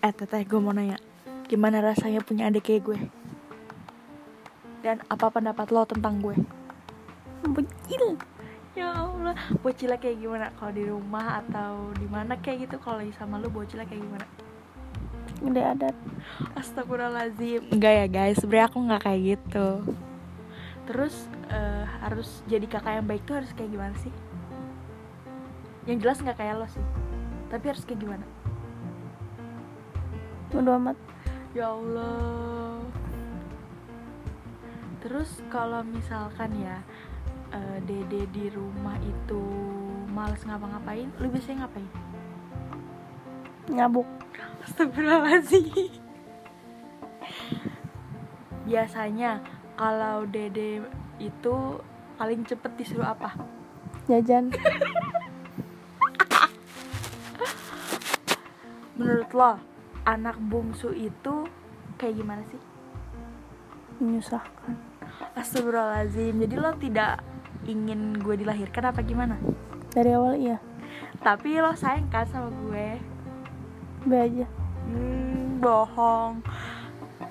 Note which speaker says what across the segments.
Speaker 1: Eh teteh gue mau nanya Gimana rasanya punya adik kayak gue Dan apa pendapat lo tentang gue Bocil Ya Allah Bocilnya kayak gimana Kalau di rumah atau di mana kayak gitu Kalau lagi sama lo bocilnya kayak gimana
Speaker 2: udah adat
Speaker 1: Astagfirullahaladzim Enggak ya guys Sebenernya aku nggak kayak gitu Terus eh, harus jadi kakak yang baik tuh harus kayak gimana sih? Yang jelas nggak kayak lo sih Tapi harus kayak gimana?
Speaker 2: bodo amat
Speaker 1: Ya Allah. Terus kalau misalkan ya eh, Dede di rumah itu males ngapa-ngapain, lu biasanya ngapain?
Speaker 2: nyabuk
Speaker 1: Astagfirullahaladzim. Biasanya kalau Dede itu paling cepet disuruh apa?
Speaker 2: jajan
Speaker 1: Menurut lo, anak bungsu itu kayak gimana sih?
Speaker 2: menyusahkan
Speaker 1: Astagfirullahaladzim. Jadi lo tidak ingin gue dilahirkan apa gimana?
Speaker 2: dari awal iya
Speaker 1: Tapi lo sayang kan sama gue?
Speaker 2: be aja
Speaker 1: Hmm, bohong.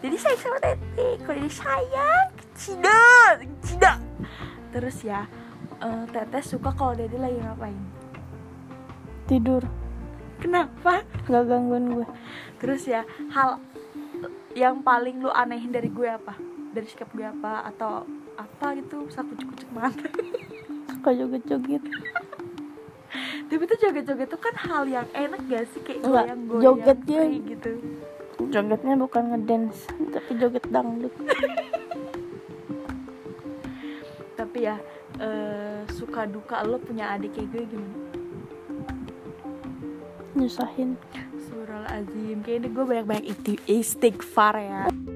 Speaker 1: Jadi sayang sama Tete. Kalau jadi sayang, tidak, tidak. Terus ya, eh, Tete suka kalau Dede lagi ngapain.
Speaker 2: tidur
Speaker 1: Kenapa?
Speaker 2: nggak gangguin gue
Speaker 1: Terus ya, hal yang paling lu anehin dari gue apa? Dari sikap gue apa? Atau apa gitu? Misal kucuk-kucuk mata.
Speaker 2: suka joget-joget
Speaker 1: Tapi tuh joget-joget tuh kan hal yang enak gak sih? Kayak
Speaker 2: Enggak,
Speaker 1: goyang-goyang
Speaker 2: joget dia-
Speaker 1: free gitu.
Speaker 2: jogetnya bukan ngedance tapi joget dangdut
Speaker 1: Tapi ya, eh, suka duka lo punya adik kayak gue gimana?
Speaker 2: nyusahin
Speaker 1: Surah Azim, kayaknya gue banyak-banyak isti- istighfar ya.